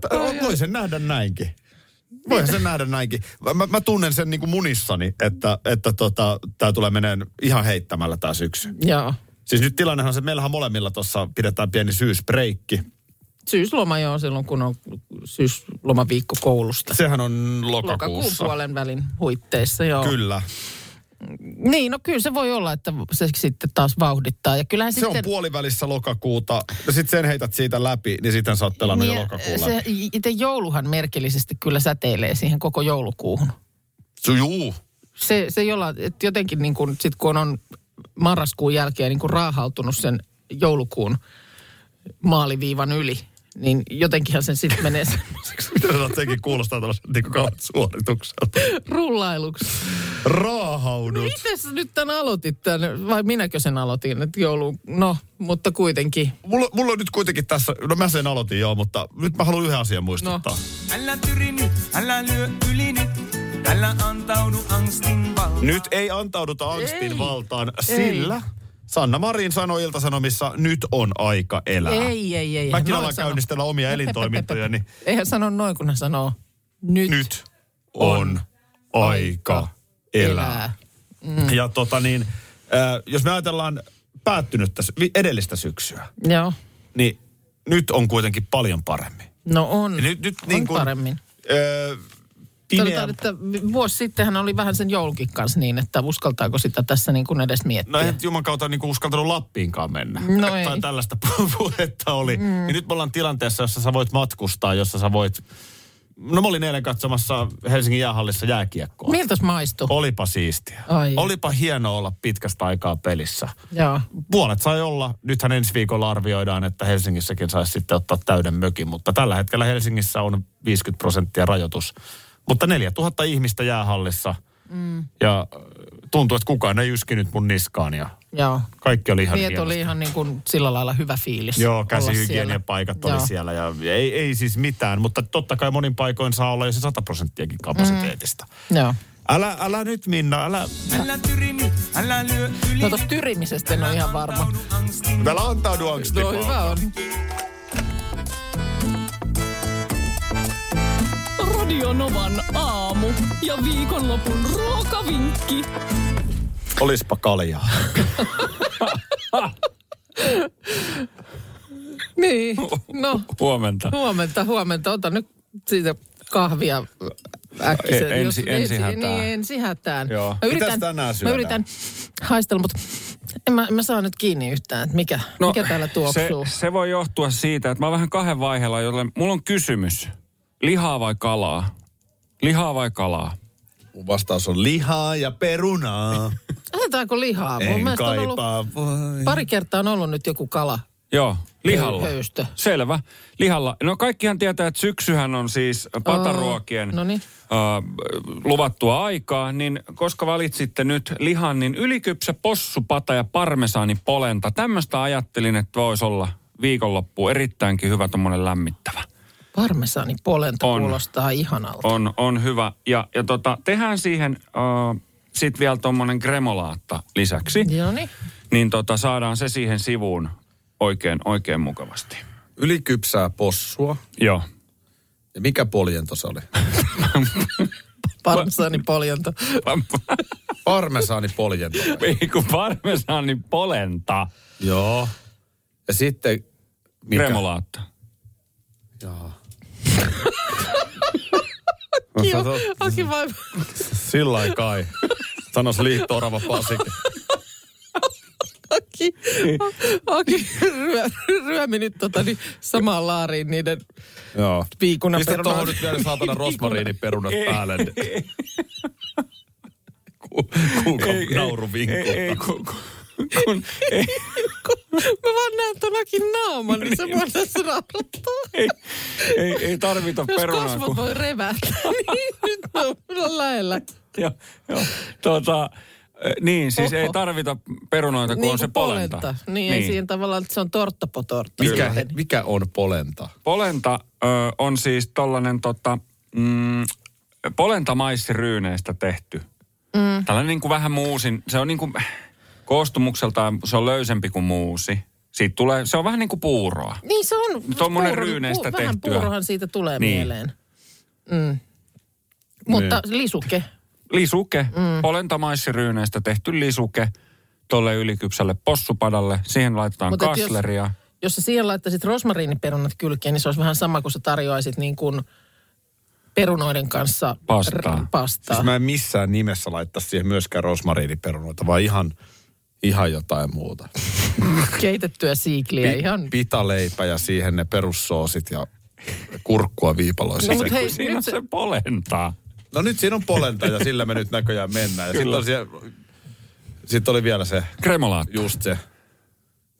[SPEAKER 2] T- Voi sen nähdä näinkin. Voihan sen nähdä näinkin. Mä- Mä, mä tunnen sen niin kuin munissani, että, että tota, tämä tulee meneen ihan heittämällä tämä syksy.
[SPEAKER 3] Joo.
[SPEAKER 2] Siis nyt tilannehan on se, että meillähän molemmilla tuossa pidetään pieni syysbreikki.
[SPEAKER 3] Syysloma joo silloin, kun on syyslomaviikko koulusta.
[SPEAKER 2] Sehän on
[SPEAKER 3] Lokakuun
[SPEAKER 2] lokakuussa.
[SPEAKER 3] puolen välin huitteissa, joo.
[SPEAKER 2] Kyllä.
[SPEAKER 3] Niin, no kyllä se voi olla, että se sitten taas vauhdittaa. Ja kyllähän
[SPEAKER 2] Se on
[SPEAKER 3] sitten...
[SPEAKER 2] puolivälissä lokakuuta. No sit sen heität siitä läpi, niin sitten sä oot pelannut jo lokakuun
[SPEAKER 3] se,
[SPEAKER 2] läpi.
[SPEAKER 3] itse jouluhan merkillisesti kyllä säteilee siihen koko joulukuuhun.
[SPEAKER 2] Se... Juu.
[SPEAKER 3] Se, se jolla, että jotenkin niin kun, sit kun on marraskuun jälkeen niin kun raahautunut sen joulukuun maaliviivan yli, niin jotenkinhan sen sitten menee semmoiseksi
[SPEAKER 2] Mitä sä jotenkin kuulostaa tällaiselta niin kauan suoritukselta?
[SPEAKER 3] rullailuksi.
[SPEAKER 2] Raahaudut.
[SPEAKER 3] Miten sä nyt tämän aloitit tämän, vai minäkö sen aloitin, että joulu, no, mutta kuitenkin.
[SPEAKER 2] Mulla, mulla on nyt kuitenkin tässä, no mä sen aloitin joo, mutta nyt mä haluan yhden asian muistuttaa.
[SPEAKER 3] No.
[SPEAKER 11] Älä tyri nyt, älä lyö yli nyt. Älä antaudu angstin valtaan.
[SPEAKER 2] Nyt ei antauduta angstin
[SPEAKER 3] Ei.
[SPEAKER 2] valtaan,
[SPEAKER 3] Ei.
[SPEAKER 2] sillä Sanna Marin sanoi Ilta-Sanomissa, nyt on aika elää.
[SPEAKER 3] Ei, ei, ei.
[SPEAKER 2] Mäkin
[SPEAKER 3] Noin
[SPEAKER 2] alan
[SPEAKER 3] sano.
[SPEAKER 2] käynnistellä omia elintoimintojani.
[SPEAKER 3] Eihän sano noin, kun hän sanoo nyt.
[SPEAKER 2] Nyt on aika elää.
[SPEAKER 3] Mm.
[SPEAKER 2] Ja tota niin, äh, jos me ajatellaan päättynyttä, sy- vi- edellistä syksyä,
[SPEAKER 3] Joo.
[SPEAKER 2] niin nyt on kuitenkin paljon paremmin.
[SPEAKER 3] No on.
[SPEAKER 2] Ja nyt, nyt
[SPEAKER 3] on
[SPEAKER 2] niin kuin,
[SPEAKER 3] paremmin.
[SPEAKER 2] Äh, pimeä,
[SPEAKER 3] Todetaan, että vuosi sittenhän oli vähän sen joulunkin kanssa niin, että uskaltaako sitä tässä niin kuin edes miettiä.
[SPEAKER 2] no ei nyt Juman kautta niinku uskaltanut Lappiinkaan mennä.
[SPEAKER 3] No
[SPEAKER 2] Tai
[SPEAKER 3] ei.
[SPEAKER 2] tällaista puhetta oli. Mm. Ja nyt me ollaan tilanteessa, jossa sä voit matkustaa, jossa sä voit... No mä olin eilen katsomassa Helsingin jäähallissa jääkiekkoa.
[SPEAKER 3] Miltäs maistuu?
[SPEAKER 2] Olipa siistiä.
[SPEAKER 3] Ai.
[SPEAKER 2] Olipa hienoa olla pitkästä aikaa pelissä.
[SPEAKER 3] Joo.
[SPEAKER 2] Puolet sai olla. Nythän ensi viikolla arvioidaan, että Helsingissäkin saisi sitten ottaa täyden mökin, mutta tällä hetkellä Helsingissä on 50 prosenttia rajoitus. Mutta 4000 ihmistä jäähallissa mm. ja äh, tuntuu, että kukaan ei yskinyt mun niskaan ja
[SPEAKER 3] Joo.
[SPEAKER 2] kaikki oli ihan
[SPEAKER 3] Viet oli
[SPEAKER 2] hienosti.
[SPEAKER 3] ihan niin kuin sillä lailla hyvä fiilis.
[SPEAKER 2] Joo,
[SPEAKER 3] olla siellä.
[SPEAKER 2] käsihygieniapaikat oli
[SPEAKER 3] Joo.
[SPEAKER 2] siellä ja ei, ei siis mitään, mutta totta kai monin paikoin saa olla jo se 100 prosenttiakin kapasiteetista. Mm.
[SPEAKER 3] Joo.
[SPEAKER 2] Älä, älä nyt Minna, älä,
[SPEAKER 11] Älä tyri nyt, älä lyö yli
[SPEAKER 3] No
[SPEAKER 11] nyt.
[SPEAKER 3] tuosta tyrimisestä en ole ihan varma.
[SPEAKER 11] Antaudu angstin
[SPEAKER 2] älä antaudu angstiin.
[SPEAKER 3] No hyvä on.
[SPEAKER 1] Radio Novan aamu ja viikonlopun ruokavinkki.
[SPEAKER 2] Olispa kaljaa.
[SPEAKER 3] Niin, no
[SPEAKER 2] Huomenta.
[SPEAKER 3] huomenta, huomenta. Ota nyt siitä kahvia äkkisen.
[SPEAKER 2] E- ensi- ensi hätään.
[SPEAKER 3] Niin, ensi hätään.
[SPEAKER 2] Joo.
[SPEAKER 3] Mä
[SPEAKER 2] Mitäs
[SPEAKER 3] yritän,
[SPEAKER 2] tänään
[SPEAKER 3] mä
[SPEAKER 2] syödään?
[SPEAKER 3] yritän haistella, mutta en mä, en mä saa nyt kiinni yhtään, että mikä, no, mikä täällä
[SPEAKER 12] se,
[SPEAKER 3] tuoksuu.
[SPEAKER 12] se voi johtua siitä, että mä oon vähän kahden vaiheella, joten mulla on kysymys. Lihaa vai kalaa? Lihaa vai kalaa?
[SPEAKER 2] Mun vastaus on lihaa ja perunaa.
[SPEAKER 3] Otetaanko lihaa? Mun
[SPEAKER 2] en
[SPEAKER 3] mielestä on ollut,
[SPEAKER 2] kaipaa voi.
[SPEAKER 3] pari kertaa on ollut nyt joku kala.
[SPEAKER 12] Joo, lihalla.
[SPEAKER 3] höystö.
[SPEAKER 12] Selvä, lihalla. No kaikkihan tietää, että syksyhän on siis pataruokien
[SPEAKER 3] no niin.
[SPEAKER 12] äh, luvattua aikaa, niin koska valitsitte nyt lihan, niin ylikypsä possupata ja parmesaani polenta. Tämmöistä ajattelin, että voisi olla viikonloppu erittäinkin hyvä tuommoinen lämmittävä.
[SPEAKER 3] Parmesani polenta
[SPEAKER 12] On.
[SPEAKER 3] kuulostaa ihanalta.
[SPEAKER 12] On, on hyvä. Ja, ja tota, tehdään siihen äh, sitten vielä tuommoinen gremolaatta lisäksi,
[SPEAKER 3] Joo niin.
[SPEAKER 12] niin tota, saadaan se siihen sivuun oikein, oikein mukavasti.
[SPEAKER 2] Ylikypsää possua
[SPEAKER 12] Joo.
[SPEAKER 2] Mikä poljento se oli?
[SPEAKER 3] Parmesaani poljento.
[SPEAKER 2] Parmesaani poljento.
[SPEAKER 12] Eiku parmesaani polenta.
[SPEAKER 2] Joo. Ja sitten...
[SPEAKER 12] Mikä? Kremolaatta.
[SPEAKER 2] Joo.
[SPEAKER 3] Kiva. Aki vai...
[SPEAKER 2] Sillä ei kai. Sanois liitto orava Pasi.
[SPEAKER 3] Aki,
[SPEAKER 12] Niin.
[SPEAKER 3] Aki ryö, ryömi nyt tota, niin samaan laariin niiden
[SPEAKER 2] Joo.
[SPEAKER 3] viikuna
[SPEAKER 2] Pistä tuohon nyt vielä saatana rosmariiniperunat päälle. niin. Ku- Kuka nauru
[SPEAKER 12] Ei,
[SPEAKER 2] vinkuu.
[SPEAKER 12] kun, kun, kun, ei,
[SPEAKER 3] Mä vaan näen tonakin naaman, niin se mua tässä naurattaa.
[SPEAKER 12] ei, ei, ei tarvita
[SPEAKER 3] Jos
[SPEAKER 12] perunaa.
[SPEAKER 3] kasvot
[SPEAKER 12] Kun,
[SPEAKER 3] voi revätä, niin nyt ne on kyllä lähellä.
[SPEAKER 12] joo, joo, tota, eh, niin, siis Oho. ei
[SPEAKER 3] Oho.
[SPEAKER 12] tarvita perunoita, kun
[SPEAKER 3] Niin
[SPEAKER 12] on se
[SPEAKER 3] kuin
[SPEAKER 12] polenta.
[SPEAKER 3] Niin, niin. Ei siihen tavallaan, että se on torttapotortta.
[SPEAKER 2] Mikä, he- mikä on polenta?
[SPEAKER 12] Polenta ö, on siis tollanen tota, mm, polentamaissiryyneistä tehty. Mm. Tällainen niin kuin vähän muusin, se on niin kuin koostumukseltaan, se on löysempi kuin muusi. Siitä tulee, se on vähän niin kuin puuroa.
[SPEAKER 3] Niin se on.
[SPEAKER 12] Tuommoinen
[SPEAKER 3] puuro-
[SPEAKER 12] ryyneistä
[SPEAKER 3] Vähän
[SPEAKER 12] tehtyä.
[SPEAKER 3] puurohan siitä tulee
[SPEAKER 12] Niin.
[SPEAKER 3] niin. mieleen. Mm. Mutta lisuke.
[SPEAKER 12] Lisuke, mm. polentamaissiryyneistä tehty lisuke tolle ylikypsälle possupadalle. Siihen laitetaan
[SPEAKER 3] Mut et jos- No,
[SPEAKER 12] kasleria.
[SPEAKER 3] Jos sä siihen laittaisit rosmariiniperunat kylkeen, niin se olisi vähän sama kuin sä tarjoaisit niin kuin perunoiden kanssa
[SPEAKER 12] Pastaa.
[SPEAKER 3] r- pastaa.
[SPEAKER 2] Siis mä en missään nimessä laittaisi siihen myöskään rosmariiniperunoita, vaan ihan, ihan jotain muuta.
[SPEAKER 3] Keitettyä siikliä
[SPEAKER 2] Pi-
[SPEAKER 3] ihan.
[SPEAKER 2] Pitaleipä ja siihen ne perussoosit ja kurkkua viipaloissa.
[SPEAKER 3] No, mut hei,
[SPEAKER 12] Siinä on
[SPEAKER 3] nyt
[SPEAKER 12] se,
[SPEAKER 3] se-
[SPEAKER 12] se polenta.
[SPEAKER 2] No nyt siinä on polenta ja sillä me nyt näköjään mennään. Ja
[SPEAKER 12] Kyllä.
[SPEAKER 2] sitten siellä... sit oli vielä se,
[SPEAKER 12] Kremolaatti.
[SPEAKER 2] just se.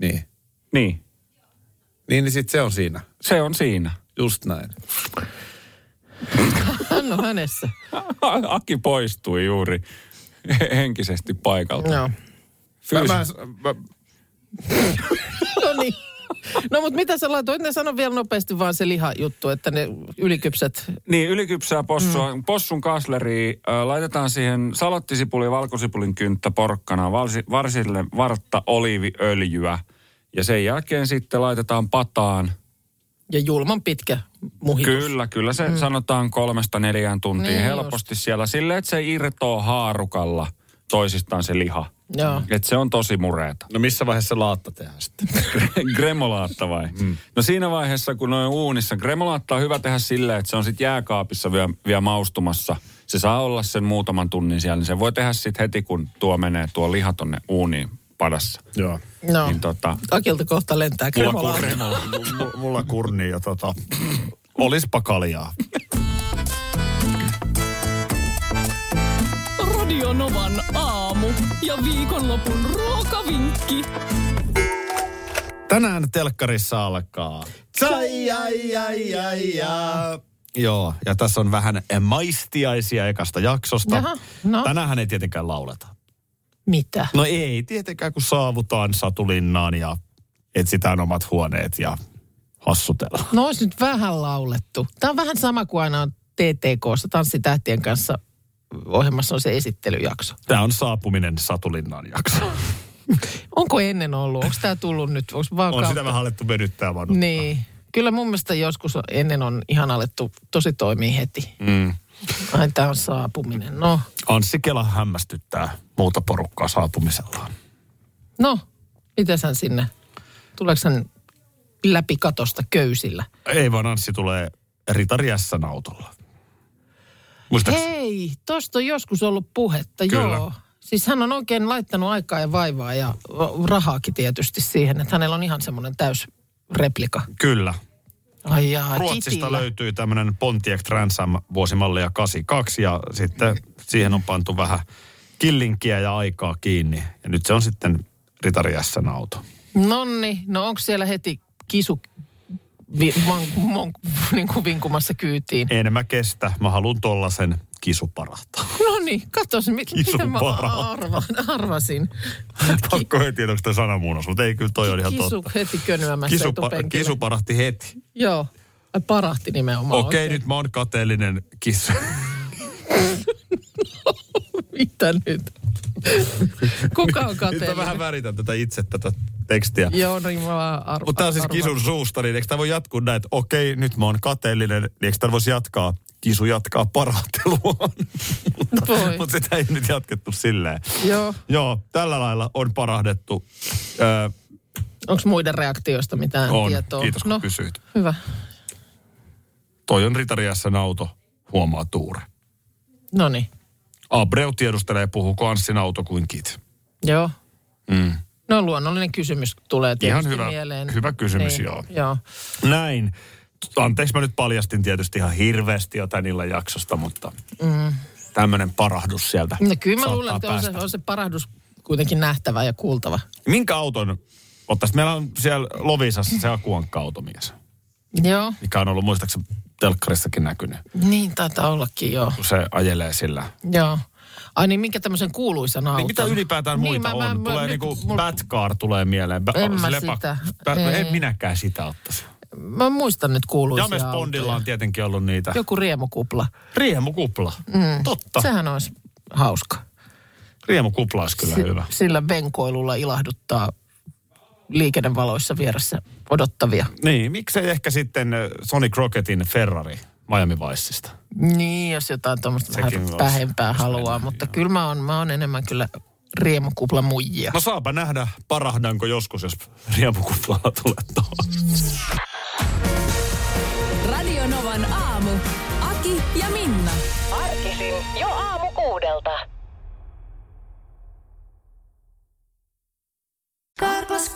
[SPEAKER 2] Niin.
[SPEAKER 12] Niin,
[SPEAKER 2] Niin, niin sitten se on siinä.
[SPEAKER 12] se on siinä.
[SPEAKER 2] Just näin.
[SPEAKER 3] Hän on hänessä.
[SPEAKER 12] A- Aki poistui juuri henkisesti paikalta.
[SPEAKER 3] Joo.
[SPEAKER 2] Mä,
[SPEAKER 12] Fyys-
[SPEAKER 2] mä, mä,
[SPEAKER 3] No niin. No mutta mitä sä laitoit? Ne sano vielä nopeasti vaan se lihajuttu, että ne ylikypsät.
[SPEAKER 12] Niin, ylikypsää possua. Mm. Possun kasleri laitetaan siihen salottisipuli, valkosipulin kynttä, porkkana, valsi, varsille vartta, oliiviöljyä. Ja sen jälkeen sitten laitetaan pataan.
[SPEAKER 3] Ja julman pitkä muhitus.
[SPEAKER 12] Kyllä, kyllä se mm. sanotaan kolmesta neljään tuntia
[SPEAKER 3] Niin
[SPEAKER 12] niin
[SPEAKER 3] just.
[SPEAKER 12] helposti just. siellä. Silleen, että se irtoaa haarukalla toisistaan se liha.
[SPEAKER 3] Joo.
[SPEAKER 12] Että se on tosi mureeta.
[SPEAKER 2] no missä vaiheessa laatta tehdään sitten?
[SPEAKER 12] Gremolaatta vai? Mm. No siinä vaiheessa, kun noin uunissa, gremolaatta on hyvä tehdä silleen, että se on sitten jääkaapissa vielä, vielä maustumassa. Se saa olla sen muutaman tunnin siellä, niin se voi tehdä sitten heti, kun tuo menee tuo liha tonne uuniin padassa.
[SPEAKER 2] Joo.
[SPEAKER 3] No.
[SPEAKER 12] Niin tota,
[SPEAKER 3] Akilta kohta lentää kremolaa.
[SPEAKER 2] Mulla, mulla, mulla kurni ja tota, olispa kaljaa.
[SPEAKER 13] Radio Novan aamu ja viikonlopun ruokavinkki.
[SPEAKER 2] Tänään telkkarissa alkaa. Tsai, ai, ai, ai, ai. Joo, ja tässä on vähän maistiaisia ekasta jaksosta.
[SPEAKER 3] Jaha, no.
[SPEAKER 2] Tänäänhän ei tietenkään lauleta.
[SPEAKER 3] Mitä?
[SPEAKER 2] No ei tietenkään, kun saavutaan satulinnaan ja etsitään omat huoneet ja hassutellaan.
[SPEAKER 3] No olisi nyt vähän laulettu. Tämä on vähän sama kuin aina on TTKssa, Tanssitähtien kanssa ohjelmassa on se esittelyjakso.
[SPEAKER 2] Tämä on saapuminen satulinnaan
[SPEAKER 3] No,
[SPEAKER 2] jakso.
[SPEAKER 3] Onko ennen ollut? Onko tämä tullut nyt? Onko
[SPEAKER 2] On
[SPEAKER 3] vaan
[SPEAKER 2] sitä
[SPEAKER 3] kautta?
[SPEAKER 2] vähän alettu venyttää vaan.
[SPEAKER 3] Niin. Kyllä mun mielestä joskus on- ennen on ihan alettu tosi toimii heti.
[SPEAKER 2] Mm.
[SPEAKER 3] Ai tämä on saapuminen. No,
[SPEAKER 2] Anssi Kela hämmästyttää muuta porukkaa saapumisellaan.
[SPEAKER 3] no, mitäs hän sinne? Tuleeko hän läpi katosta köysillä?
[SPEAKER 2] Ei vaan Anssi tulee Ritari S:n autolla. Muistaakseni?
[SPEAKER 3] Hei, tosta on joskus ollut puhetta,
[SPEAKER 2] Kyllä.
[SPEAKER 3] joo. Siis hän on oikein laittanut aikaa ja vaivaa ja va- rahaakin tietysti siihen, että hänellä on ihan semmoinen täysreplika.
[SPEAKER 2] Kyllä.
[SPEAKER 3] Ai jaa,
[SPEAKER 2] Ruotsista
[SPEAKER 3] kitillä.
[SPEAKER 2] löytyy tämmöinen Pontiac Trans Am vuosimallia 82 ja sitten siihen on pantu vähän killinkiä ja aikaa kiinni. Ja nyt se on sitten Ritari S:n auto.
[SPEAKER 3] Nonni, no onko siellä heti kisu vi, mon, mon, niin kuin vinkumassa kyytiin?
[SPEAKER 2] En mä kestä, mä haluan tollasen kisuparahtaa.
[SPEAKER 3] No niin, katos, mit,
[SPEAKER 2] Kisu
[SPEAKER 3] mitä mä
[SPEAKER 2] paha.
[SPEAKER 3] arva, arvasin.
[SPEAKER 2] Pakko heti, että onko tämä sanamuunnos, mutta ei kyllä toi on ihan
[SPEAKER 3] Kisu
[SPEAKER 2] totta.
[SPEAKER 3] heti könyämässä
[SPEAKER 2] Kisupa-
[SPEAKER 3] etupenkille.
[SPEAKER 2] kisuparahti heti.
[SPEAKER 3] Joo, Ai, parahti nimenomaan.
[SPEAKER 2] Okei, okay, nyt mä oon kateellinen kissu.
[SPEAKER 3] Mitä nyt? Kuka on
[SPEAKER 2] Nyt mä
[SPEAKER 3] kateellinen?
[SPEAKER 2] vähän väritän tätä itse tätä tekstiä.
[SPEAKER 3] Joo, no niin mä arvaan.
[SPEAKER 2] Mutta tämä on siis kisun suusta, niin eikö tämä voi jatkuu näin, että okei, nyt mä oon kateellinen, niin eikö tämä voisi jatkaa? Kisu jatkaa paratteluaan. mutta,
[SPEAKER 3] Voi.
[SPEAKER 2] mutta sitä ei nyt jatkettu silleen.
[SPEAKER 3] Joo.
[SPEAKER 2] Joo, tällä lailla on parahdettu. Öö,
[SPEAKER 3] Onko muiden reaktioista mitään
[SPEAKER 2] on,
[SPEAKER 3] tietoa?
[SPEAKER 2] kiitos kun
[SPEAKER 3] no,
[SPEAKER 2] no. kysyit.
[SPEAKER 3] hyvä.
[SPEAKER 2] Toi on Ritari S:n auto, huomaa Tuure.
[SPEAKER 3] No niin,
[SPEAKER 2] Abreu tiedustelee, puhuuko Anssin auto kuin kit.
[SPEAKER 3] joo.
[SPEAKER 2] Mm.
[SPEAKER 3] No luonnollinen kysymys tulee
[SPEAKER 2] Ihan
[SPEAKER 3] tietysti
[SPEAKER 2] hyvä,
[SPEAKER 3] mieleen.
[SPEAKER 2] hyvä kysymys, niin.
[SPEAKER 3] Niin,
[SPEAKER 2] joo.
[SPEAKER 3] joo.
[SPEAKER 2] Näin. Anteeksi, mä nyt paljastin tietysti ihan hirveästi jotain illan jaksosta, mutta
[SPEAKER 3] Mm.
[SPEAKER 2] tämmöinen parahdus sieltä
[SPEAKER 3] No kyllä mä
[SPEAKER 2] saattaa
[SPEAKER 3] luulen, että on se,
[SPEAKER 2] päästä.
[SPEAKER 3] on se parahdus kuitenkin nähtävä ja kuultava.
[SPEAKER 2] Minkä auton ottaisit? Meillä on siellä Lovisassa se Akuankka-automies,
[SPEAKER 3] Joo,
[SPEAKER 2] mikä on ollut muistaakseni telkkarissakin näkynyt,
[SPEAKER 3] niin taitaa ollakin joo.
[SPEAKER 2] kun se ajelee sillä.
[SPEAKER 3] Joo. Ai niin, minkä tämmöisen kuuluisan auton?
[SPEAKER 2] Niin mitä ylipäätään
[SPEAKER 3] Niin,
[SPEAKER 2] muita
[SPEAKER 3] mä-
[SPEAKER 2] niin,
[SPEAKER 3] mä-
[SPEAKER 2] on?
[SPEAKER 3] mä-
[SPEAKER 2] tulee
[SPEAKER 3] nyt
[SPEAKER 2] niinku
[SPEAKER 3] mul-
[SPEAKER 2] Batcar tulee mieleen. Ba-
[SPEAKER 3] En mä
[SPEAKER 2] se lepak-
[SPEAKER 3] sitä.
[SPEAKER 2] Bat-
[SPEAKER 3] Ei.
[SPEAKER 2] no, en minäkään sitä ottaisi.
[SPEAKER 3] Mä muistan nyt kuuluisia
[SPEAKER 2] James Bondilla on
[SPEAKER 3] autoja.
[SPEAKER 2] tietenkin ollut niitä.
[SPEAKER 3] Joku riemukupla.
[SPEAKER 2] Riemukupla.
[SPEAKER 3] Mm.
[SPEAKER 2] Totta.
[SPEAKER 3] Sehän olisi hauska.
[SPEAKER 2] Riemukupla olisi kyllä hyvä.
[SPEAKER 3] Sillä venkoilulla ilahduttaa liikennevaloissa vieressä odottavia.
[SPEAKER 2] Niin, miksei ehkä sitten ö, Sonic Rocketin Ferrari Miami Viceista.
[SPEAKER 3] Niin, jos jotain tuommoista vähän
[SPEAKER 2] Sekin olisi-
[SPEAKER 3] vähempää haluaa, mutta kyllä mä oon, mä oon enemmän kyllä riemukupla muijia.
[SPEAKER 2] No saapa nähdä, parahdanko joskus, jos riemukuplalla tulee tuohon.
[SPEAKER 14] Radio Novan aamu. Aki ja Minna. Arkisin jo aamu kuudelta.
[SPEAKER 15] Karklas